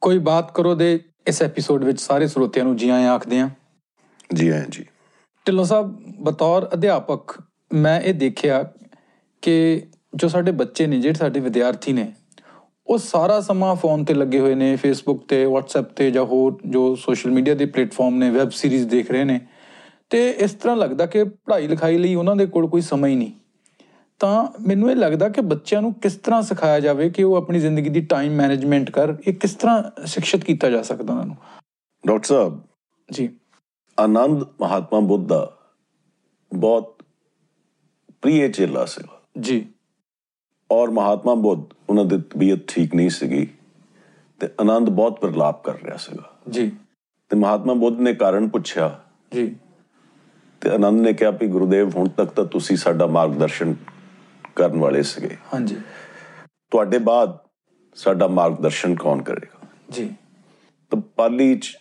ਕੋਈ ਬਾਤ ਕਰੋ ਦੇ ਇਸ ਐਪੀਸੋਡ ਵਿੱਚ ਸਾਰੇ ਸਰੋਤਿਆਂ ਨੂੰ ਜੀ ਆਇਆਂ ਆਖਦੇ ਹਾਂ ਜੀ ਹਾਂ ਜੀ ਢਿੱਲੋਂ ਸਾਹਿਬ ਬਤੌਰ ਅਧਿਆਪਕ ਮੈਂ ਇਹ ਦੇਖਿਆ ਕਿ ਜੋ ਸਾਡੇ ਬੱਚੇ ਨੇ ਜਿਹੜੇ ਸਾਡੇ ਵਿਦਿਆਰਥੀ ਨੇ ਉਹ ਸਾਰਾ ਸਮਾਂ ਫੋਨ ਤੇ ਲੱਗੇ ਹੋਏ ਨੇ ਫੇਸਬੁੱਕ ਤੇ WhatsApp ਤੇ ਜਾਂ ਹੋਰ ਜੋ ਸੋਸ਼ਲ ਮੀਡੀਆ ਦੇ ਪਲੇਟਫਾਰਮ ਨੇ ਵੈਬ ਸੀਰੀਜ਼ ਦੇਖ ਰਹੇ ਨੇ ਤੇ ਇਸ ਤਰ੍ਹਾਂ ਲੱਗਦਾ ਕਿ ਪੜ੍ਹਾਈ ਲਿਖਾਈ ਲਈ ਉਹਨਾਂ ਦੇ ਕੋਲ ਕੋਈ ਸਮਾਂ ਹੀ ਨਹੀਂ ਤਾਂ ਮੈਨੂੰ ਇਹ ਲੱਗਦਾ ਕਿ ਬੱਚਿਆਂ ਨੂੰ ਕਿਸ ਤਰ੍ਹਾਂ ਸਿਖਾਇਆ ਜਾਵੇ ਕਿ ਉਹ ਆਪਣੀ ਜ਼ਿੰਦਗੀ ਦੀ ਟਾਈਮ ਮੈਨੇਜਮੈਂਟ ਕਰ ਇਹ ਕਿਸ ਤਰ੍ਹਾਂ ਸਿੱਖਿਅਤ ਕੀਤਾ ਜਾ ਸਕਦਾ ਉਹਨਾਂ ਨੂੰ ਡਾਕਟਰ ਸਾਹਿਬ ਜੀ ਆਨੰਦ ਮਹਾਤਮਾ ਬੁੱਧ ਦਾ ਬਹੁਤ ਪ੍ਰਿਯ ਚੇਲਾ ਸੀ ਜੀ ਔਰ ਮਹਾਤਮਾ ਬੁੱਧ ਉਹਨਾਂ ਦੀ ਤਬੀਅਤ ਠੀਕ ਨਹੀਂ ਸੀਗੀ ਤੇ ਆਨੰਦ ਬਹੁਤ ਪ੍ਰਲਾਪ ਕਰ ਰਿਹਾ ਸੀਗਾ ਜੀ ਤੇ ਮਹਾਤਮਾ ਬੁੱਧ ਨੇ ਕਾਰਨ ਪੁੱਛਿਆ ਜੀ ਤੇ ਆਨੰਦ ਨੇ ਕਿਹਾ ਵੀ ਗੁਰੂਦੇਵ ਹੁਣ ਤੱਕ ਤਾਂ ਤੁਸੀਂ ਸਾਡਾ ਮਾਰਗਦਰਸ਼ਨ ਕਰਨ ਵਾਲੇ ਸੀਗੇ ਹਾਂਜੀ ਤੁਹਾਡੇ ਬਾਅਦ ਸਾਡਾ ਮਾਰਗਦਰਸ਼ਨ ਕੌਣ ਕਰੇਗਾ ਜੀ ਤਾਂ ਪਾਲੀ ਚ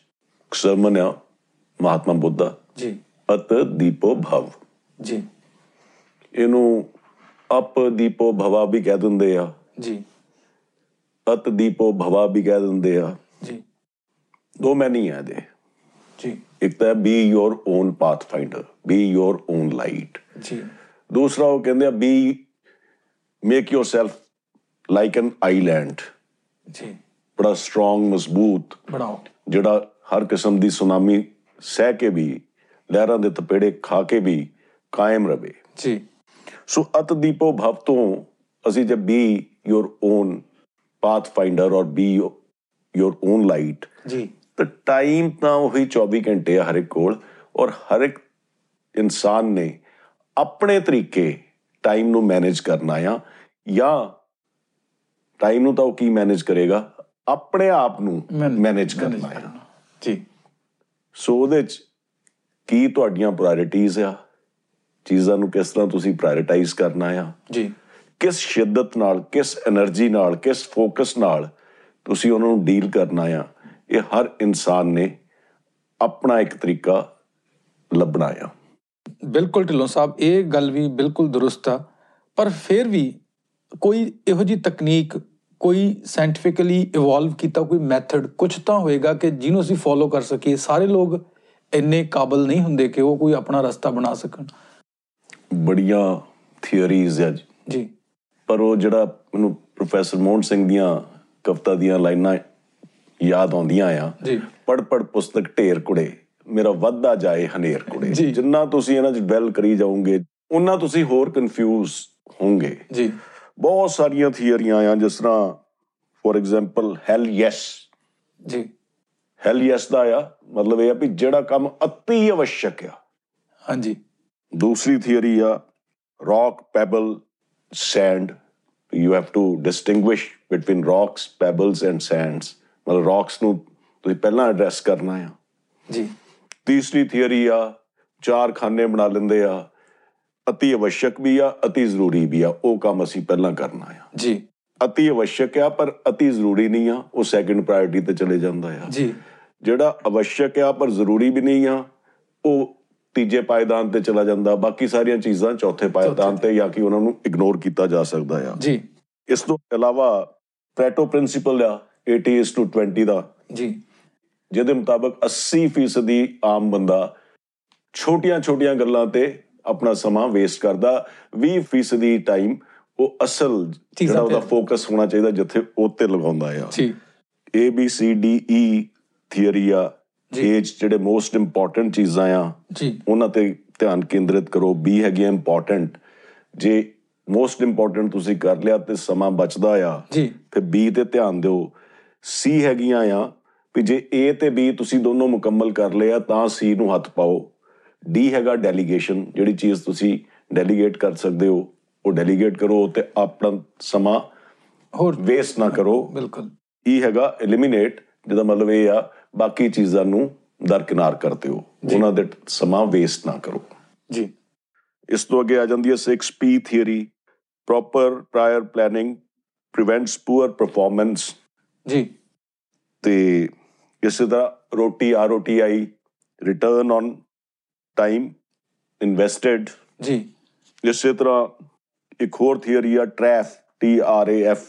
ਸਰਮਨ ਆ ਮਹਾਤਮਾ ਬੁੱਧਾ ਜੀ ਅਤ ਦੀਪੋ ਭਵ ਜੀ ਇਹਨੂੰ ਅਪ ਦੀਪੋ ਭਵਾ ਵੀ ਕਹਿ ਦਿੰਦੇ ਆ ਜੀ ਅਤ ਦੀਪੋ ਭਵਾ ਵੀ ਕਹਿ ਦਿੰਦੇ ਆ ਜੀ ਦੋ ਮੈਨੀ ਆ ਇਹਦੇ ਜੀ ਇੱਕ ਤਾਂ be your own path finder be your own light ਜੀ ਦੂਸਰਾ ਉਹ ਕਹਿੰਦੇ ਆ be make yourself like an island ਜੀ ਬੜਾ ਸਟਰੋਂਗ ਮਜ਼ਬੂਤ ਬਣਾਓ ਜਿਹੜਾ ਹਰ ਕਿਸਮ ਦੀ ਸੁਨਾਮੀ ਸਹਿ ਕੇ ਵੀ ਲਹਿਰਾਂ ਦੇ ਤਪੇੜੇ ਖਾ ਕੇ ਵੀ ਕਾਇਮ ਰਵੇ ਜੀ ਸੋ ਅਤ ਦੀਪੋ ਭਵ ਤੋਂ ਅਸੀਂ ਜੇ be your own path finder ਔਰ ਬੀ ਯੋਰ ਓਨ ਲਾਈਟ ਜੀ ਤਾਂ ਟਾਈਮ ਤਾਂ ਉਹੀ 24 ਘੰਟੇ ਆ ਹਰ ਇੱਕ ਕੋਲ ਔਰ ਹਰ ਇੱਕ ਇਨਸਾਨ ਨੇ ਆਪਣੇ ਤਰੀਕੇ ਟਾਈਮ ਨੂੰ ਮੈਨੇਜ ਕਰਨਾ ਆ ਜਾਂ ਟਾਈਮ ਨੂੰ ਤਾਂ ਉਹ ਕੀ ਮੈਨੇਜ ਕਰੇਗਾ ਆਪਣੇ ਆਪ ਨੂੰ Man- ਮੈਨੇਜ manage ਕਰਨਾ ਆ ਕਰਨਾ। ਜੀ ਸੋ ਉਹਦੇ ਚ ਕੀ ਤੁਹਾਡੀਆਂ ਪ੍ਰਾਇੋਰਟੀਆਂ ਆ ਚੀਜ਼ਾਂ ਨੂੰ ਕਿਸ ਤਰ੍ਹਾਂ ਤੁਸੀਂ ਪ੍ਰਾਇੋਰਟਾਈਜ਼ ਕਰਨਾ ਆ ਜੀ ਕਿਸ ਸ਼ਿੱਦਤ ਨਾਲ ਕਿਸ એનર્ਜੀ ਨਾਲ ਕਿਸ ਫੋਕਸ ਨਾਲ ਤੁਸੀਂ ਉਹਨਾਂ ਨੂੰ ਡੀਲ ਕਰਨਾ ਆ ਇਹ ਹਰ ਇਨਸਾਨ ਨੇ ਆਪਣਾ ਇੱਕ ਤਰੀਕਾ ਲੱਭਣਾ ਆ ਬਿਲਕੁਲ ਢਿੱਲੋਂ ਸਾਹਿਬ ਇਹ ਗੱਲ ਵੀ ਬਿਲਕੁਲ ਦਰੁਸਤ ਆ ਪਰ ਫਿਰ ਵੀ ਕੋਈ ਇਹੋ ਜੀ ਤਕਨੀਕ ਕੋਈ ਸਾਇੰਟੀਫਿਕਲੀ ਇਵੋਲਵ ਕੀਤਾ ਕੋਈ ਮੈਥਡ ਕੁਝ ਤਾਂ ਹੋਏਗਾ ਕਿ ਜਿਹਨੂੰ ਅਸੀਂ ਫੋਲੋ ਕਰ ਸਕੀਏ ਸਾਰੇ ਲੋਕ ਇੰਨੇ ਕਾਬਲ ਨਹੀਂ ਹੁੰਦੇ ਕਿ ਉਹ ਕੋਈ ਆਪਣਾ ਰਸਤਾ ਬਣਾ ਸਕਣ ਬੜੀਆਂ ਥਿਉਰੀਜ਼ ਆ ਜੀ ਪਰ ਉਹ ਜਿਹੜਾ ਮੈਨੂੰ ਪ੍ਰੋਫੈਸਰ ਮੋਹਨ ਸਿੰਘ ਦੀਆਂ ਕਵਿਤਾ ਦੀਆਂ ਲਾਈਨਾਂ ਯਾਦ ਆਉਂਦੀਆਂ ਆ ਜੀ। ਪੜ ਪੜ ਪੁਸਤਕ ਢੇਰ ਕੁੜੇ ਮੇਰਾ ਵੱਧਦਾ ਜਾਏ ਹਨੇਰ ਕੁੜੇ ਜੀ। ਜਿੰਨਾ ਤੁਸੀਂ ਇਹਨਾਂ 'ਚ ਡਵੈਲ ਕਰੀ ਜਾਓਗੇ ਉਹਨਾਂ ਤੁਸੀਂ ਹੋਰ ਕਨਫਿਊਜ਼ ਹੋਵੋਗੇ ਜੀ ਬਹੁਤ ਸਾਰੀਆਂ ਥਿਉਰੀਆਂ ਆ ਜਿਸ ਤਰ੍ਹਾਂ ਫੋਰ ਐਗਜ਼ਾਮਪਲ ਹੈਲ ਯੈਸ ਜੀ ਹੈਲ ਯੈਸ ਦਾ ਆ ਮਤਲਬ ਇਹ ਆ ਵੀ ਜਿਹੜਾ ਕੰਮ ਅਤੀ ਅਵਸ਼ਕ ਆ ਹਾਂਜੀ ਦੂਸਰੀ ਥਿਉਰੀ ਆ rock pebble sand you have to distinguish between rocks pebbles and sands ਮਤਲਬ ਰੌਕਸ ਨੂੰ ਤੁਸੀਂ ਪਹਿਲਾਂ ਐਡਰੈਸ ਕਰਨਾ ਆ ਜੀ ਤੀਸਰੀ ਥਿਉਰੀ ਆ ਚਾਰ ਖਾਨੇ ਬਣਾ ਲੈਂਦੇ ਆ ਅਤੀ ਅਵਸ਼ਕ ਵੀ ਆ ਅਤੀ ਜ਼ਰੂਰੀ ਵੀ ਆ ਉਹ ਕੰਮ ਅਸੀਂ ਪਹਿਲਾਂ ਕਰਨਾ ਆ ਜੀ ਅਤੀ ਅਵਸ਼ਕ ਆ ਪਰ ਅਤੀ ਜ਼ਰੂਰੀ ਨਹੀਂ ਆ ਉਹ ਸੈਕੰਡ ਪ੍ਰਾਇੋਰਟੀ ਤੇ ਚਲੇ ਜਾਂਦਾ ਆ ਜੀ ਜਿਹੜਾ ਅਵਸ਼ਕ ਆ ਪਰ ਜ਼ਰੂਰੀ ਵੀ ਨਹੀਂ ਆ ਉਹ ਤੀਜੇ ਪਾਇਦਾਨ ਤੇ ਚਲਾ ਜਾਂਦਾ ਬਾਕੀ ਸਾਰੀਆਂ ਚੀਜ਼ਾਂ ਚੌਥੇ ਪਾਇਦਾਨ ਤੇ ਜਾਂ ਕਿ ਉਹਨਾਂ ਨੂੰ ਇਗਨੋਰ ਕੀਤਾ ਜਾ ਸਕਦਾ ਆ ਜੀ ਇਸ ਤੋਂ ਇਲਾਵਾ ਪ੍ਰੈਟੋ ਪ੍ਰਿੰਸੀਪਲ ਆ 80 is to 20 ਦਾ ਜੀ ਜਿਹਦੇ ਮੁਤਾਬਕ 80% ਫੀਸਦੀ ਆਮ ਬੰਦਾ ਛੋਟੀਆਂ-ਛੋਟੀਆਂ ਗੱਲਾਂ ਤੇ ਆਪਣਾ ਸਮਾਂ ਵੇਸਟ ਕਰਦਾ 20% ਫੀਸਦੀ ਟਾਈਮ ਉਹ ਅਸਲ ਚੀਜ਼ਾਂ ਜਿਹੜਾ ਉਹਦਾ ਤੇ। ਫੋਕਸ ਹੋਣਾ ਚਾਹੀਦਾ ਜਿੱਥੇ ਉਹ ਤੇ ਲਗਾਉਂਦਾ ਆ ਜੀ A B C D E theory ਆ ਜੀ। ਏਜ ਜਿਹੜੇ ਮੋਸਟ ਇੰਪੋਰਟੈਂਟ ਚੀਜ਼ਾਂ ਆ ਜੀ ਉਹਨਾਂ ਤੇ ਧਿਆਨ ਕੇਂਦਰਿਤ ਕਰੋ B ਹੈਗੇ ਇੰਪੋਰਟੈਂਟ ਜੇ ਮੋਸਟ ਇੰਪੋਰਟੈਂਟ ਤੁਸੀਂ ਕਰ ਲਿਆ ਤੇ ਸਮਾਂ ਬਚਦਾ ਆ ਜੀ ਫਿਰ B ਤੇ ਧਿਆਨ ਦਿਓ C ਹੈਗੀਆਂ ਆ ਵੀ ਜੇ A ਤੇ B ਤੁਸੀਂ ਦੋਨੋਂ ਮੁਕੰਮਲ ਕਰ ਲਿਆ ਤਾਂ C ਨੂੰ ਹੱਥ ਪਾਓ D ਹੈਗਾ ਡੈਲੀਗੇਸ਼ਨ ਜਿਹੜੀ ਚੀਜ਼ ਤੁਸੀਂ ਡੈਲੀਗੇਟ ਕਰ ਸਕਦੇ ਹੋ ਉਹ ਡੈਲੀਗੇਟ ਕਰੋ ਤੇ ਆਪਣਾ ਸਮਾਂ ਹੋਰ ਵੇਸਟ ਨਾ ਕਰੋ ਬਿਲਕੁਲ E ਹੈਗਾ ਐਲੀਮੀਨੇਟ ਜਿਹਦਾ ਮਤਲਬ ਇਹ ਆ ਬਾਕੀ ਚੀਜ਼ਾਂ ਨੂੰ ਦਰਕਿਨਾਰ ਕਰ ਦਿਓ ਉਹਨਾਂ ਦੇ ਸਮਾਂ ਵੇਸਟ ਨਾ ਕਰੋ ਜੀ ਇਸ ਤੋਂ ਅੱਗੇ ਆ ਜਾਂਦੀ ਹੈ 6P theory proper prior planning prevents poor performance ਜੀ ਤੇ ਇਸੇ ਤਰ੍ਹਾਂ ROTI ROTI return on time invested ਜੀ ਇਸੇ ਤਰ੍ਹਾਂ ਇੱਕ ਹੋਰ ਥਿਊਰੀ ਆ TRAF T R A F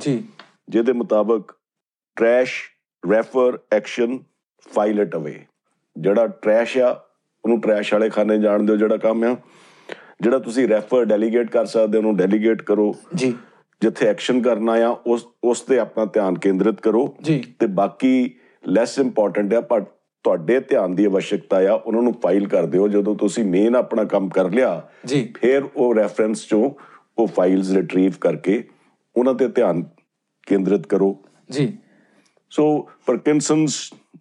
ਜੀ ਜਿਹਦੇ ਮੁਤਾਬਕ trash refer action file it away ਜਿਹੜਾ ਟਰੈਸ਼ ਆ ਉਹਨੂੰ ਟਰੈਸ਼ ਵਾਲੇ ਖਾਨੇ ਜਾਣ ਦਿਓ ਜਿਹੜਾ ਕੰਮ ਆ ਜਿਹੜਾ ਤੁਸੀਂ ਰੈਫਰ ਡੈਲੀਗੇਟ ਕਰ ਸਕਦੇ ਹੋ ਉਹਨੂੰ ਡੈਲੀਗੇਟ ਕਰੋ ਜੀ ਜਿੱਥੇ ਐਕਸ਼ਨ ਕਰਨਾ ਆ ਉਸ ਉਸ ਤੇ ਆਪਣਾ ਧਿਆਨ ਕੇਂਦਰਿਤ ਕਰੋ ਜੀ ਤੇ ਬਾਕੀ ਲੈਸ ਇੰਪੋਰਟੈਂਟ ਆ ਪਰ ਤੁਹਾਡੇ ਧਿਆਨ ਦੀ ਆਵਸ਼ਕਤਾ ਆ ਉਹਨਾਂ ਨੂੰ ਫਾਈਲ ਕਰ ਦਿਓ ਜਦੋਂ ਤੁਸੀਂ ਮੇਨ ਆਪਣਾ ਕੰਮ ਕਰ ਲਿਆ ਜੀ ਫਿਰ ਉਹ ਰੈਫਰੈਂਸ ਚੋਂ ਉਹ ਫਾਈਲਸ ਰਿਟਰੀਵ ਕਰਕੇ ਉਹਨਾਂ ਤੇ ਧਿਆਨ ਕੇਂਦਰਿਤ ਕਰੋ ਜੀ ਸੋ ਪਰਕਿੰਸਨਸ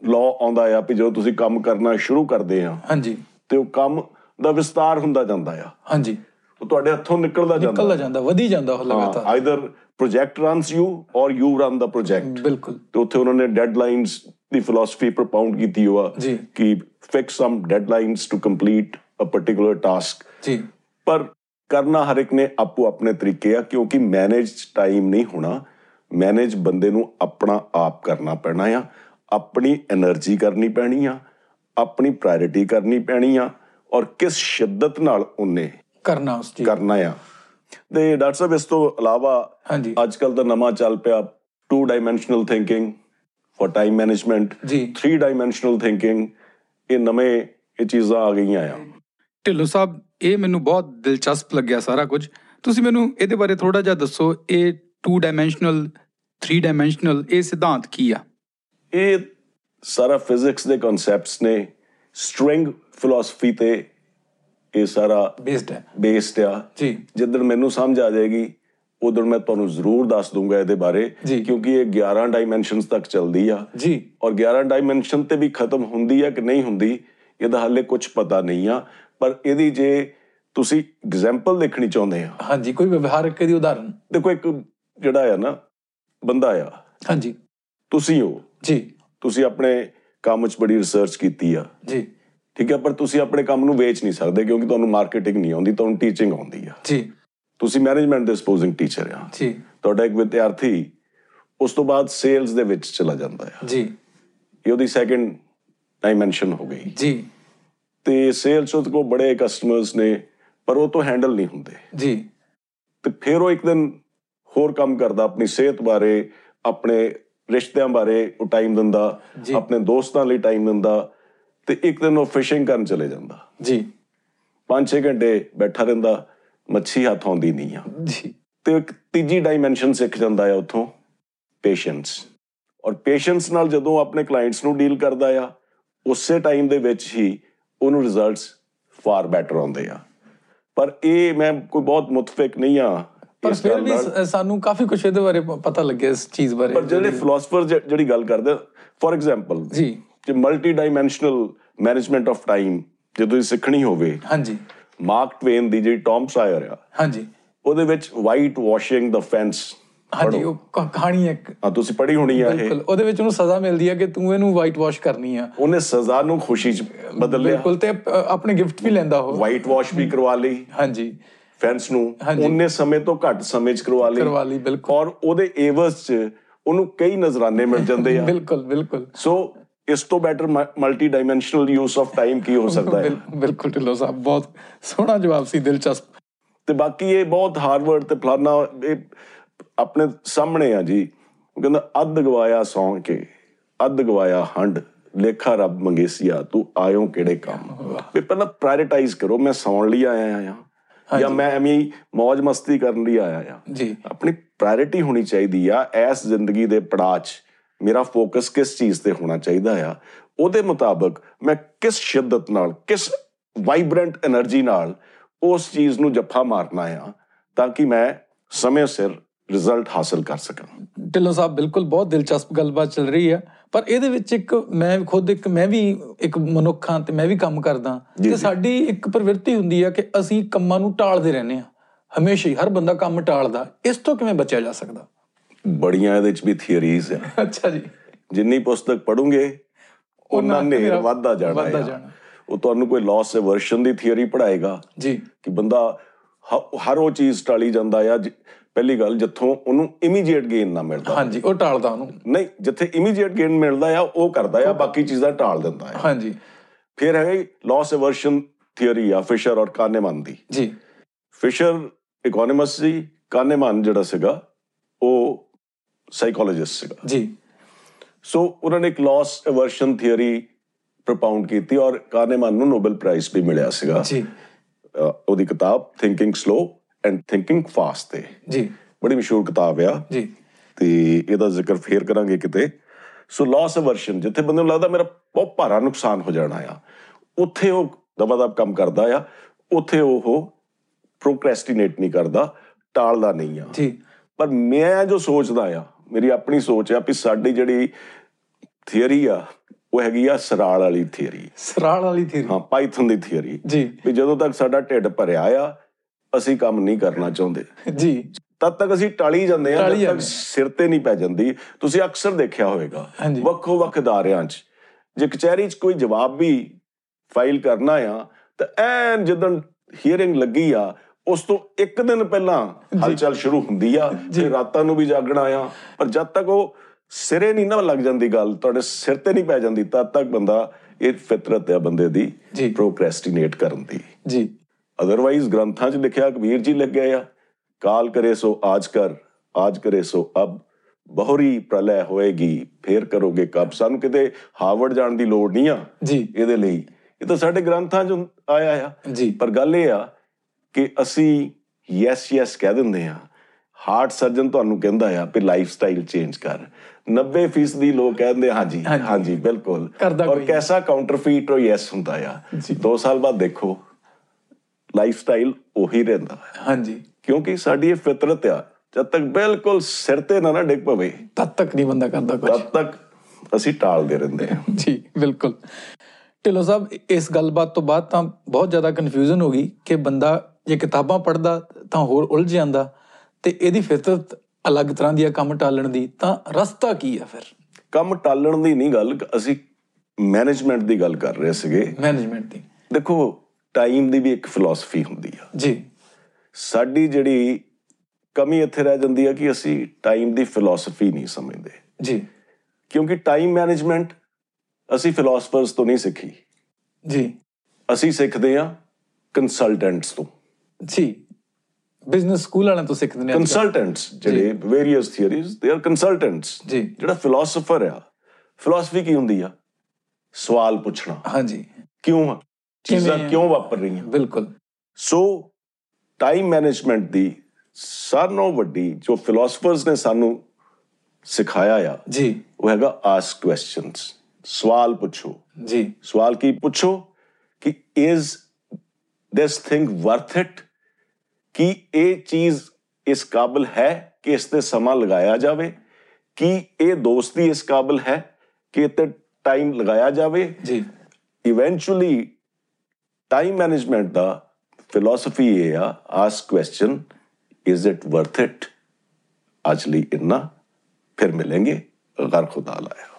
ਲਾਅ ਆਉਂਦਾ ਆ ਵੀ ਜਦੋਂ ਤੁਸੀਂ ਕੰਮ ਕਰਨਾ ਸ਼ੁਰੂ ਕਰਦੇ ਆ ਹਾਂਜੀ ਤੇ ਉਹ ਕੰਮ ਦਾ ਵਿਸਤਾਰ ਹੁੰਦਾ ਜਾਂਦਾ ਆ ਹਾਂਜੀ ਉਹ ਤੁਹਾਡੇ ਹੱਥੋਂ ਨਿਕਲਦਾ ਜਾਂਦਾ ਨਿਕਲਦਾ ਜਾਂਦਾ ਵਧੀ ਜਾਂਦਾ ਉਹ ਲਗਾਤਾਰ either project runs you or you run the project ਬਿਲਕੁਲ ਤੇ ਉੱਥੇ ਉਹਨਾਂ ਨੇ ਡੈਡਲਾਈਨਸ ਦੀ ਫਿਲਾਸਫੀ ਪ੍ਰਪਾਉਂਡ ਕੀਤੀ ਹੋਆ ਜੀ। ਕਿ fix some deadlines to complete a particular task ਜੀ ਪਰ ਕਰਨਾ ਹਰ ਇੱਕ ਨੇ ਆਪੋ ਆਪਣੇ ਤਰੀਕੇ ਆ ਕਿਉਂਕਿ ਮੈਨੇਜ ਟਾਈਮ ਨਹੀਂ ਹੋਣਾ ਮੈਨੇਜ ਬੰਦੇ ਨੂੰ ਆਪਣਾ ਆਪ ਕਰਨਾ ਪੈਣਾ ਆ ਆਪਣੀ એનર્ਜੀ ਕਰਨੀ ਪੈਣੀ ਆ ਆਪਣੀ ਪ੍ਰਾਇੋਰਟੀ ਕਰਨੀ ਪੈਣੀ ਆ ਔਰ ਕਿਸ ਸ਼ਿੱਦਤ ਨਾਲ ਉਹਨੇ ਕਰਨਾ ਉਸ ਜੀ ਕਰਨਾ ਆ ਤੇ ਡਾਕਟਰ ਸਾਹਿਬ ਇਸ ਤੋਂ ਇਲਾਵਾ ਹਾਂਜੀ ਅੱਜ ਕੱਲ ਦਾ ਨਵਾਂ ਚੱਲ ਪਿਆ two dimensional thinking for time management ਜੀ ਥ੍ਰੀ ਡਾਈਮੈਂਸ਼ਨਲ ਥਿੰਕਿੰਗ ਇਹ ਨਵੇਂ ਇਹ ਚੀਜ਼ਾਂ ਆ ਗਈਆਂ ਆ ਢਿੱਲੋਂ ਸਾਹਿਬ ਇਹ ਮੈਨੂੰ ਬਹੁਤ ਦਿਲਚਸਪ ਲੱਗਿਆ ਸਾਰਾ ਕੁਝ ਤੁਸੀਂ ਮੈਨੂੰ ਇਹਦੇ ਬਾਰੇ ਥੋੜਾ ਜਿਹਾ ਦੱਸੋ ਇਹ 2 ਡਾਈਮੈਂਸ਼ਨਲ 3 ਡਾਈਮੈਂਸ਼ਨਲ ਇਹ ਸਿਧਾਂਤ ਕੀ ਆ ਇਹ ਸਾਰਾ ਫਿਜ਼ਿਕਸ ਦੇ ਕਨਸੈਪਟਸ ਨੇ ਸਟ੍ਰਿੰਗ ਫਿਲਾਸਫੀ ਤੇ ਇਹ ਸਾਰਾ ਬੇਸਡ ਹੈ ਬੇਸਡ ਆ ਜੀ ਜਿੱਦਣ ਮੈਨੂੰ ਸਮਝ ਆ ਜਾਏਗੀ ਉਦੋਂ ਮੈਂ ਤੁਹਾਨੂੰ ਜ਼ਰੂਰ ਦੱਸ ਦੂੰਗਾ ਇਹਦੇ ਬਾਰੇ ਜੀ। ਕਿਉਂਕਿ ਇਹ 11 ਡਾਈਮੈਂਸ਼ਨਸ ਤੱਕ ਚੱਲਦੀ ਆ ਜੀ ਔਰ 11 ਡਾਈਮੈਂਸ਼ਨ ਤੇ ਵੀ ਖਤਮ ਹੁੰਦੀ ਆ ਕਿ ਨਹੀਂ ਹੁੰਦੀ ਇਹਦਾ ਹਾਲੇ ਕੁਝ ਪਤਾ ਨਹੀਂ ਆ ਪਰ ਇਹਦੀ ਜੇ ਤੁਸੀਂ ਐਗਜ਼ਾਮਪਲ ਦੇਖਣੀ ਚਾਹੁੰਦੇ ਆ ਹਾਂਜੀ ਕੋਈ ਵਿਵਹਾਰਕ ਦੀ ਉਦਾਹਰਨ ਦੇਖੋ ਇੱਕ ਜਿਹੜਾ ਆ ਨਾ ਬੰਦਾ ਆ ਹਾਂਜੀ ਤੁਸੀਂ ਹੋ ਜੀ ਤੁਸੀਂ ਆਪਣੇ ਕੰਮ 'ਚ ਬੜੀ ਰਿਸਰਚ ਕੀਤੀ ਆ ਜੀ ਠੀਕ ਹੈ ਪਰ ਤੁਸੀਂ ਆਪਣੇ ਕੰਮ ਨੂੰ ਵੇਚ ਨਹੀਂ ਸਕਦੇ ਕਿਉਂਕਿ ਤੁਹਾਨੂੰ ਮਾਰਕੀਟਿੰਗ ਨਹੀਂ ਆਉਂਦੀ ਤੁਹਾਨੂੰ ਟੀਚਿੰਗ ਆਉਂਦੀ ਆ ਜੀ ਤੁਸੀਂ ਮੈਨੇਜਮੈਂਟ ਦੇ ਸਪੋਜ਼ਿੰਗ ਟੀਚਰ ਆ ਜੀ ਤੁਹਾਡਾ ਇੱਕ ਵਿਦਿਆਰਥੀ ਉਸ ਤੋਂ ਬਾਅਦ ਸੇਲਸ ਦੇ ਵਿੱਚ ਚਲਾ ਜਾਂਦਾ ਆ ਜੀ ਇਹ ਉਹਦੀ ਸੈਕੰਡ ਡਾਈਮੈਂਸ਼ਨ ਹੋ ਗਈ ਜੀ ਤੇ ਸੇਲਸ ਉਹਦੇ ਕੋਲ ਬੜੇ ਕਸਟਮਰਸ ਨੇ ਪਰ ਉਹ ਤੋਂ ਹੈਂਡਲ ਨਹੀਂ ਹੁੰਦੇ ਜੀ ਤੇ ਫਿਰ ਉਹ ਇੱਕ ਦਿਨ ਹੋਰ ਕੰਮ ਕਰਦਾ ਆਪਣੀ ਸਿਹਤ ਬਾਰੇ ਆਪਣੇ ਰਿਸ਼ਤਿਆਂ ਬਾਰੇ ਉਹ ਟਾਈਮ ਦਿੰਦਾ ਜੀ। ਆਪਣੇ ਦੋਸਤਾਂ ਲਈ ਟਾਈਮ ਦਿੰਦਾ ਤੇ ਇੱਕ ਦਿਨ ਉਹ ਫਿਸ਼ਿੰਗ ਕਰਨ ਚਲੇ ਜਾਂਦਾ ਜੀ 5-6 ਘੰਟੇ ਬੈਠਾ ਰਹਿੰਦਾ ਮੱਛੀ ਹੱਥ ਆਉਂਦੀ ਨਹੀਂ ਆ ਜੀ ਤੇ ਇੱਕ ਤੀਜੀ ਡਾਈਮੈਂਸ਼ਨ ਸਿੱਖ ਜਾਂਦਾ ਆ ਉੱਥੋਂ ਪੇਸ਼ੈਂਸ ਔਰ ਪੇਸ਼ੈਂਸ ਨਾਲ ਜਦੋਂ ਆਪਣੇ ਕਲਾਇੰਟਸ ਨੂੰ ਡੀਲ ਕਰਦਾ ਆ ਉਸੇ ਟਾਈਮ ਦੇ ਵਿੱਚ ਹੀ ਉਹਨੂੰ ਰਿਜ਼ਲਟਸ ਫਾਰ ਬੈਟਰ ਆਉਂਦੇ ਆ ਪਰ ਇਹ ਮੈਂ ਕੋਈ ਬਹੁਤ ਮੁਤਫਿਕ ਨਹੀਂ ਆ ਪਰ ਇਸ ਫਿਰ ਗੱਲ ਵੀ ਨਾਲ। ਸ- ਸਾਨੂੰ ਕਾਫੀ ਕੁਝ ਇਹਦੇ ਬਾਰੇ ਪ- ਪਤਾ ਲੱਗਿਆ ਇਸ ਚੀਜ਼ ਬਾਰੇ ਪਰ ਜਿਹੜੇ ਫਿਲਾਸਫਰ ਜਿਹੜੀ ਗੱਲ ਕਰਦੇ ਫੋਰ ਐਗਜ਼ਾਮਪਲ ਜੀ ਜੇ multi dimensional management of time ਜੇ ਤੁਸੀਂ ਸਿੱਖਣੀ ਹੋਵੇ ਹਾਂਜੀ ਮਾਰਕ ਟਵੇਨ ਦੀ ਜਿਹੜੀ ਟੌਮ ਸਾਇਰ ਆ ਹਾਂਜੀ ਉਹਦੇ ਵਿੱਚ ਵਾਈਟ ਵਾਸ਼ਿੰਗ ਦਾ ਫੈਂਸ ਹਾਂਜੀ ਉਹ ਕ- ਕਹਾਣੀ ਹੈ ਇੱਕ ਆ ਤੁਸੀਂ ਪੜ੍ਹੀ ਹੋਣੀ ਆ ਇਹ ਬਿਲਕੁਲ ਉਹਦੇ ਵਿੱਚ ਉਹਨੂੰ ਸਜ਼ਾ ਮਿਲਦੀ ਹੈ ਕਿ ਤੂੰ ਇਹਨੂੰ ਵਾਈਟ ਵਾਸ਼ ਕਰਨੀ ਆ ਉਹਨੇ ਸਜ਼ਾ ਨੂੰ ਖੁਸ਼ੀ ਚ ਬਦਲ ਲਿਆ ਬਿਲਕੁਲ ਤੇ ਅ, ਆਪਣੇ ਗਿਫਟ ਵੀ ਲੈਂਦਾ ਉਹ ਵਾਈਟ ਵਾਸ਼ ਵੀ ਕਰਵਾ ਲਈ ਹਾਂਜੀ ਫੈਂਸ ਨੂੰ ਹਾਂਜੀ। ਉਹਨੇ ਸਮੇਂ ਤੋਂ ਘੱਟ ਸਮੇਂ ਚ ਕਰਵਾ ਲਈ ਕਰਵਾ ਲਈ, ਬਿਲਕੁਲ। ਔਰ ਉਹਦੇ ਏਵਸ ਚ ਉਹਨੂੰ ਕਈ ਨਜ਼ਰਾਨੇ ਮਿਲ ਜਾਂਦੇ ਆ ਬਿਲਕੁਲ ਬਿਲਕੁਲ ਸੋ ਇਸ ਤੋਂ better multi dimensional use of time ਕੀ ਹੋ ਸਕਦਾ ਹੈ ਬਿਲ- ਬਿਲਕੁਲ ਢਿੱਲੋਂ ਸਾਹਿਬ ਬਹੁਤ ਸੋਹਣਾ ਜਵਾਬ ਸੀ ਦਿਲਚਸਪ ਤੇ ਬਾਕੀ ਇਹ ਬਹੁਤ ਹਾਰਵਰਡ ਤੇ ਫਲਾਨਾ ਇਹ ਆਪਣੇ ਸਾਹਮਣੇ ਆ ਜੀ ਉਹ ਕਹਿੰਦਾ ਅੱਧ ਗਵਾਇਆ ਸੌਂ ਕੇ ਅੱਧ ਗਵਾਇਆ ਹੰਡ ਲੇਖਾ ਰੱਬ ਮੰਗੇਸੀਆ ਤੂੰ ਆਇਓ ਕਿਹੜੇ ਕੰਮ ਵੀ ਪਹਿਲਾਂ ਪ੍ਰਾਇਰਟਾਈਜ਼ ਕਰੋ ਮੈਂ ਸੌਣ ਲਈ ਆਇਆ ਆ ਜਾਂ ਮੈਂ ਐਵੇਂ ਹੀ ਮौज ਮਸਤੀ ਕਰਨ ਲਈ ਆਇਆ ਆ ਜੀ ਆਪਣੀ ਪ੍ਰਾਇੋਰਟੀ ਹੋਣੀ ਚਾਹੀਦੀ ਆ ਇਸ ਜ਼ਿੰਦਗੀ ਦੇ ਪੜਾਅ 'ਚ ਮੇਰਾ ਫੋਕਸ ਕਿਸ ਚੀਜ਼ ਤੇ ਹੋਣਾ ਚਾਹੀਦਾ ਆ ਉਹਦੇ ਮੁਤਾਬਕ ਮੈਂ ਕਿਸ ਸ਼ਿੱਦਤ ਨਾਲ ਕਿਸ ਵਾਈਬ੍ਰੈਂਟ એનર્ਜੀ ਨਾਲ ਉਸ ਚੀਜ਼ ਨੂੰ ਜੱਫਾ ਮਾਰਨਾ ਆ ਤਾਂ ਕਿ ਮੈਂ ਸਮੇਂ ਸਿਰ ਰਿਜ਼ਲਟ ਹਾਸਲ ਕਰ ਸਕਾਂ ਢਿੱਲੋਂ ਸਾਹਿਬ ਬਿਲਕੁਲ ਬਹੁਤ ਦਿਲਚਸਪ ਗੱਲਬਾਤ ਚੱਲ ਰਹੀ ਹੈ ਪਰ ਇਹਦੇ ਵਿੱਚ ਇੱਕ ਮੈਂ ਖੁਦ ਇੱਕ ਮੈਂ ਵੀ ਇੱਕ ਮਨੁੱਖਾਂ ਤੇ ਮੈਂ ਵੀ ਕੰਮ ਕਰਦਾ ਜੀ, ਤੇ ਜੀ। ਸਾਡੀ ਇੱਕ ਪ੍ਰਵਿਰਤੀ ਹੁੰਦੀ ਹੈ ਕਿ ਅਸੀਂ ਕੰਮਾਂ ਨੂੰ ਟਾਲਦੇ ਰਹਿੰਦੇ ਹਾਂ ਹਮੇਸ਼ਾ ਹੀ ਹਰ ਬੰਦਾ ਕੰਮ ਟਾਲਦਾ ਇਸ ਤੋਂ ਕਿਵੇਂ ਬਚਿਆ ਜਾ ਸਕਦਾ ਬੜੀਆਂ ਇਹਦੇ 'ਚ ਵੀ ਥਿਉਰੀਜ਼ ਆ ਅੱਛਾ ਜੀ ਜਿੰਨੀ ਪੁਸਤਕ ਪੜੂਗੇ ਉਹਨਾਂ ਉਨਾ ਨੇ ਮੇਰਾ ਵਾਧਾ ਜਾਣਾ ਵੱਧਦਾ ਆ। ਜਾਣਾ। ਉਹ ਤੁਹਾਨੂੰ ਕੋਈ ਲਾਸ ਐਵਰਸ਼ਨ ਦੀ ਥਿਉਰੀ ਪੜਾਏਗਾ ਜੀ ਕਿ ਬੰਦਾ ਹ- ਹਰ ਉਹ ਚੀਜ਼ ਟਾਲੀ ਜਾਂਦਾ ਆ ਜਿ- ਪਹਿਲੀ ਗੱਲ ਜਿੱਥੋਂ ਉਹਨੂੰ ਇਮੀਡੀਏਟ ਗੇਨ ਨਾ ਮਿਲਦਾ ਹਾਂਜੀ ਉਹ ਟਾਲਦਾ ਉਹਨੂੰ ਨਹੀਂ ਜਿੱਥੇ ਇਮੀਡੀਏਟ ਗੇਨ ਮਿਲਦਾ ਆ ਉਹ ਕਰਦਾ ਆ ਬਾਕੀ ਚੀਜ਼ਾਂ ਟਾਲ ਦਿੰਦਾ ਆ ਹਾਂਜੀ ਫਿਰ ਹੈਗਾ ਲਾਸ ਐਵਰਸ਼ਨ ਥਿਉਰੀ ਆ ਫਿਸ਼ਰ ਔਰ ਕਾਹਨੇਮਨ ਦੀ ਜੀ ਫਿਸ਼ਰ ਇਕਨੋਮਿਸਟ ਸੀ ਕਾਹਨੇਮਨ ਜਿਹੜਾ ਸੀਗਾ ਉਹ ਸਾਈਕੋਲੋਜਿਸਟ ਸੀਗਾ ਜੀ ਸੋ ਉਹਨਾਂ ਨੇ ਇੱਕ ਲਾਸ ਅਵਰਸ਼ਨ ਥਿਉਰੀ ਪ੍ਰਪਾਉਂਡ ਕੀਤੀ ਔਰ ਕਾਹਨੇਮਾਨ ਨੂੰ ਨੋਬਲ ਪ੍ਰਾਈਜ਼ ਵੀ ਮਿਲਿਆ ਸੀਗਾ ਜੀ ਅਹ ਉਹਦੀ ਕਿਤਾਬ thinking slow and thinking fast ਤੇ ਜੀ ਬੜੀ ਮਸ਼ਹੂਰ ਕਿਤਾਬ ਆ ਜੀ ਤੇ ਇਹਦਾ ਜ਼ਿਕਰ ਫੇਰ ਕਰਾਂਗੇ ਕਿਤੇ ਸੋ ਲਾਸ ਅਵਰਸ਼ਨ ਜਿੱਥੇ ਬੰਦੇ ਨੂੰ ਲੱਗਦਾ ਮੇਰਾ ਬਹੁਤ ਭਾਰਾ ਨੁਕਸਾਨ ਹੋ ਜਾਣਾ ਆ ਉੱਥੇ ਉਹ ਦਬਾ-ਦਬ ਕੰਮ ਕਰਦਾ ਆ ਉੱਥੇ ਉਹ ਪ੍ਰੋਕ੍ਰੈਸਟੀਨੇਟ ਨਹੀਂ ਕਰਦਾ ਟਾਲਦਾ ਨਹੀਂ ਆ ਜੀ ਪਰ ਮੈਂ ਜੋ ਸੋਚਦਾ ਆ ਮੇਰੀ ਆਪਣੀ ਸੋਚ ਆ ਵੀ ਸਾਡੀ ਜਿਹੜੀ ਥਿਉਰੀ ਆ ਉਹ ਹੈਗੀ ਆ ਸਰਾਲ ਵਾਲੀ ਥਿਉਰੀ ਸਰਾਲ ਵਾਲੀ ਥਿਊਰੀ ਹਾਂ ਪਾਈਥਨ ਦੀ ਥਿਉਰੀ ਜੀ ਵੀ ਜਦੋਂ ਤੱਕ ਸਾਡਾ ਢਿੱਡ ਭਰਿਆ ਆ ਅਸੀਂ ਕੰਮ ਨਹੀਂ ਕਰਨਾ ਚਾਹੁੰਦੇ ਜੀ ਤਦ ਤੱਕ ਅਸੀਂ ਟਾਲੀ ਜਾਂਦੇ ਹਾਂ ਟਾਲੀ ਜਦ ਤੱਕ ਜਾਂਦੇ ਹਾਂ। ਸਿਰ ਤੇ ਨਹੀਂ ਪੈ ਜਾਂਦੀ ਤੁਸੀਂ ਅਕਸਰ ਦੇਖਿਆ ਹੋਵੇਗਾ ਹਾਂਜੀ। ਵੱਖੋ ਵੱਖ ਅਦਾਰਿਆਂ 'ਚ ਜੇ ਕਚਹਿਰੀ 'ਚ ਕੋਈ ਜਵਾਬ ਵੀ ਫਾਈਲ ਕਰਨਾ ਆ ਤਾਂ ਐਨ ਜਦੋਂ ਹੀਅਰਿੰਗ ਲੱਗੀ ਆ ਉਸ ਤੋਂ ਇੱਕ ਦਿਨ ਪਹਿਲਾਂ ਹਲਚਲ ਸ਼ੁਰੂ ਹੁੰਦੀ ਆ ਤੇ ਰਾਤਾਂ ਨੂੰ ਵੀ ਜਾਗਣਾ ਆ ਪਰ ਜਦ ਤੱਕ ਉਹ ਸਿਰੇ ਨਹੀਂ ਨਾ ਲੱਗ ਜਾਂਦੀ ਗੱਲ ਤੁਹਾਡੇ ਸਿਰ ਤੇ ਨਹੀਂ ਪੈ ਜਾਂਦੀ ਤਦ ਤੱਕ ਬੰਦਾ ਇਹ ਫਿਤਰਤ ਹੈ ਬੰਦੇ ਦੀ ਜੀ। ਪ੍ਰੋਕ੍ਰੈਸਟੀਨੇਟ ਕਰਨ ਦੀ ਜੀ ਅਦਰਵਾਈਜ਼ ਗ੍ਰੰਥਾਂ 'ਚ ਲਿਖਿਆ ਕਬੀਰ ਜੀ ਲਿਖ ਗਏ ਆ ਕਾਲ ਕਰੇ ਸੋ ਆਜ ਕਰ ਆਜ ਕਰੇ ਸੋ ਅਬ ਬਹੁਰੀ ਪ੍ਰਲੈ ਹੋਏਗੀ ਫੇਰ ਕਰੋਗੇ ਕਬ ਸਾਨੂੰ ਕਿਤੇ ਹਾਰਵਰਡ ਜਾਣ ਦੀ ਲੋੜ ਨਹੀਂ ਆ ਜੀ ਇਹਦੇ ਲਈ ਇਹ ਤਾਂ ਸਾਡੇ ਗ੍ਰੰਥਾਂ 'ਚ ਆਇਆ ਆ ਜੀ ਪਰ ਗੱਲ ਇਹ ਆ ਕਿ ਅਸੀਂ ਯੈਸ ਯੈਸ ਕਹਿ ਦਿੰਦੇ ਆ ਹਾਰਟ ਸਰਜਨ ਤੁਹਾਨੂੰ ਕਹਿੰਦਾ ਆ ਕਿ ਲਾਈਫ ਸਟਾਈਲ ਚੇਂਜ ਕਰ 90% ਦੀ ਲੋਕ ਕਹਿੰਦੇ ਹਾਂਜੀ ਹਾਂਜੀ। ਹਾਂਜੀ ਬਿਲਕੁਲ ਕਰਦਾ ਔਰ ਕੋਈ ਨਹੀਂ। ਕੈਸਾ ਕਾਊਂਟਰਫੀਟ ਉਹ ਯੈਸ ਹੁੰਦਾ ਆ ਜੀ। 2 ਸਾਲ ਬਾਅਦ ਦੇਖੋ ਲਾਈਫ ਸਟਾਈਲ ਉਹੀ ਰਹਿੰਦਾ ਹੈ ਹਾਂਜੀ ਕਿਉਂਕਿ ਸਾਡੀ ਇਹ ਫਿਤਰਤ ਆ ਜਦ ਤੱਕ ਬਿਲਕੁਲ ਸਿਰ ਤੇ ਨਾ ਨਾ ਡਿੱਗ ਪਵੇ ਤਦ ਤੱਕ ਨਹੀਂ ਬੰਦਾ ਕਰਦਾ ਕੁਝ ਤਦ ਤੱਕ ਅਸੀਂ ਟਾਲਦੇ ਰਹਿੰਦੇ ਆ ਜੀ ਬਿਲਕੁਲ ਢਿੱਲੋਂ ਸਾਹਿਬ ਇਸ ਗੱਲਬਾਤ ਤੋਂ ਬਾਅਦ ਤਾਂ ਬਹੁਤ ਜ਼ਿਆਦਾ ਕਨਫਿਊਜ਼ਨ ਹੋ ਗਈ ਕਿ ਬੰਦਾ ਜੇ ਕਿਤਾਬਾਂ ਪੜ੍ਹਦਾ ਤਾਂ ਹੋਰ ਉਲਝ ਜਾਂਦਾ ਤੇ ਇਹਦੀ ਫਿਤਰਤ ਅਲੱਗ ਤਰ੍ਹਾਂ ਦੀ ਆ ਕੰਮ ਟਾਲਣ ਦੀ ਤਾਂ ਰਸਤਾ ਕੀ ਆ ਫਿਰ ਕੰਮ ਟਾਲਣ ਦੀ ਨਹੀਂ ਗੱਲ ਅਸੀਂ ਮੈਨੇਜਮੈਂਟ ਦੀ ਗੱਲ ਕਰ ਰਹੇ ਸੀਗੇ ਮੈਨੇਜਮੈਂਟ ਦੀ ਦੇਖੋ ਟਾਈਮ ਦੀ ਵੀ ਇੱਕ ਫਿਲਾਸਫੀ ਹੁੰਦੀ ਆ ਜੀ ਸਾਡੀ ਜਿਹੜੀ ਕਮੀ ਇੱਥੇ ਰਹਿ ਜਾਂਦੀ ਆ ਕਿ ਅਸੀਂ ਟਾਈਮ ਦੀ ਫਿਲਾਸਫੀ ਨਹੀਂ ਸਮਝਦੇ ਜੀ ਕਿਉਂਕਿ ਟਾਈਮ ਮੈਨੇਜਮੈਂਟ ਅਸੀਂ ਫਿਲਾਸਫਰਸ ਤੋਂ ਨਹੀਂ ਸਿੱਖੀ ਜੀ ਅਸੀਂ ਸਿੱਖਦੇ ਆ ਕੰਸਲਟੈਂਟਸ ਤੋਂ ਜੀ ਬਿਜ਼ਨਸ ਸਕੂਲ ਵਾਲਿਆਂ ਤੋਂ ਸਿੱਖਦੇ ਨੇ ਅੱਜ ਕੱਲ੍ਹ। ਕੰਸਲਟੈਂਟਸ ਜਿਹੜੇ ਵੇਰੀਅਸ ਥਿਅਰੀਜ਼ ਦੇ ਆਰ ਕੰਸਲਟੈਂਟਸ ਜੀ ਜਿਹੜਾ ਫਿਲਾਸਫਰ ਆ ਫਿਲਾਸਫੀ ਕੀ ਹੁੰਦੀ ਆ ਸਵਾਲ ਪੁੱਛਣਾ ਹਾਂਜੀ ਕਿਉਂ ਆ ਚੀਜ਼ਾਂ ਕਿਵੇਂ ਆ? ਕਿਉਂ ਵਾਪਰ ਰਹੀਆਂ ਬਿਲਕੁਲ ਸੋ ਟਾਈਮ ਮੈਨੇਜਮੈਂਟ ਦੀ ਸਾਰਿਆਂ ਨਾਲੋਂ ਵੱਡੀ ਜੋ ਫਿਲਾਸਫਰਸ ਨੇ ਸਾਨੂੰ ਸਿਖਾਇਆ ਆ ਜੀ ਉਹ ਹੈਗਾ ਆਸਕ ਕੁਐਸਚਨਸ ਸਵਾਲ ਪੁੱਛੋ ਜੀ ਸਵਾਲ ਕੀ ਪੁੱਛੋ ਕਿ is this thing worth it ਕੀ ਇਹ ਚੀਜ਼ ਇਸ ਕਾਬਿਲ ਹੈ ਕਿ ਇਸ ਤੇ ਸਮਾਂ ਲਗਾਇਆ ਜਾਵੇ ਕੀ ਇਹ ਦੋਸਤੀ ਇਸ ਕਾਬਿਲ ਹੈ ਕਿ ਇਹ ਤੇ ਟਾਈਮ ਲਗਾਇਆ ਜਾਵੇ ਜੀ ਇਵੈਂਚੁਅਲੀ ਟਾਈਮ ਮੈਨੇਜਮੈਂਟ ਦਾ ਫਿਲਾਸਫੀ ਇਹ ਆ ask question is it worth it ਅੱਜ ਲਈ ਇੰਨਾ ਫਿਰ ਮਿਲਾਂਗੇ ਗਰ ਖੁਦਾ ਲਾਇਆ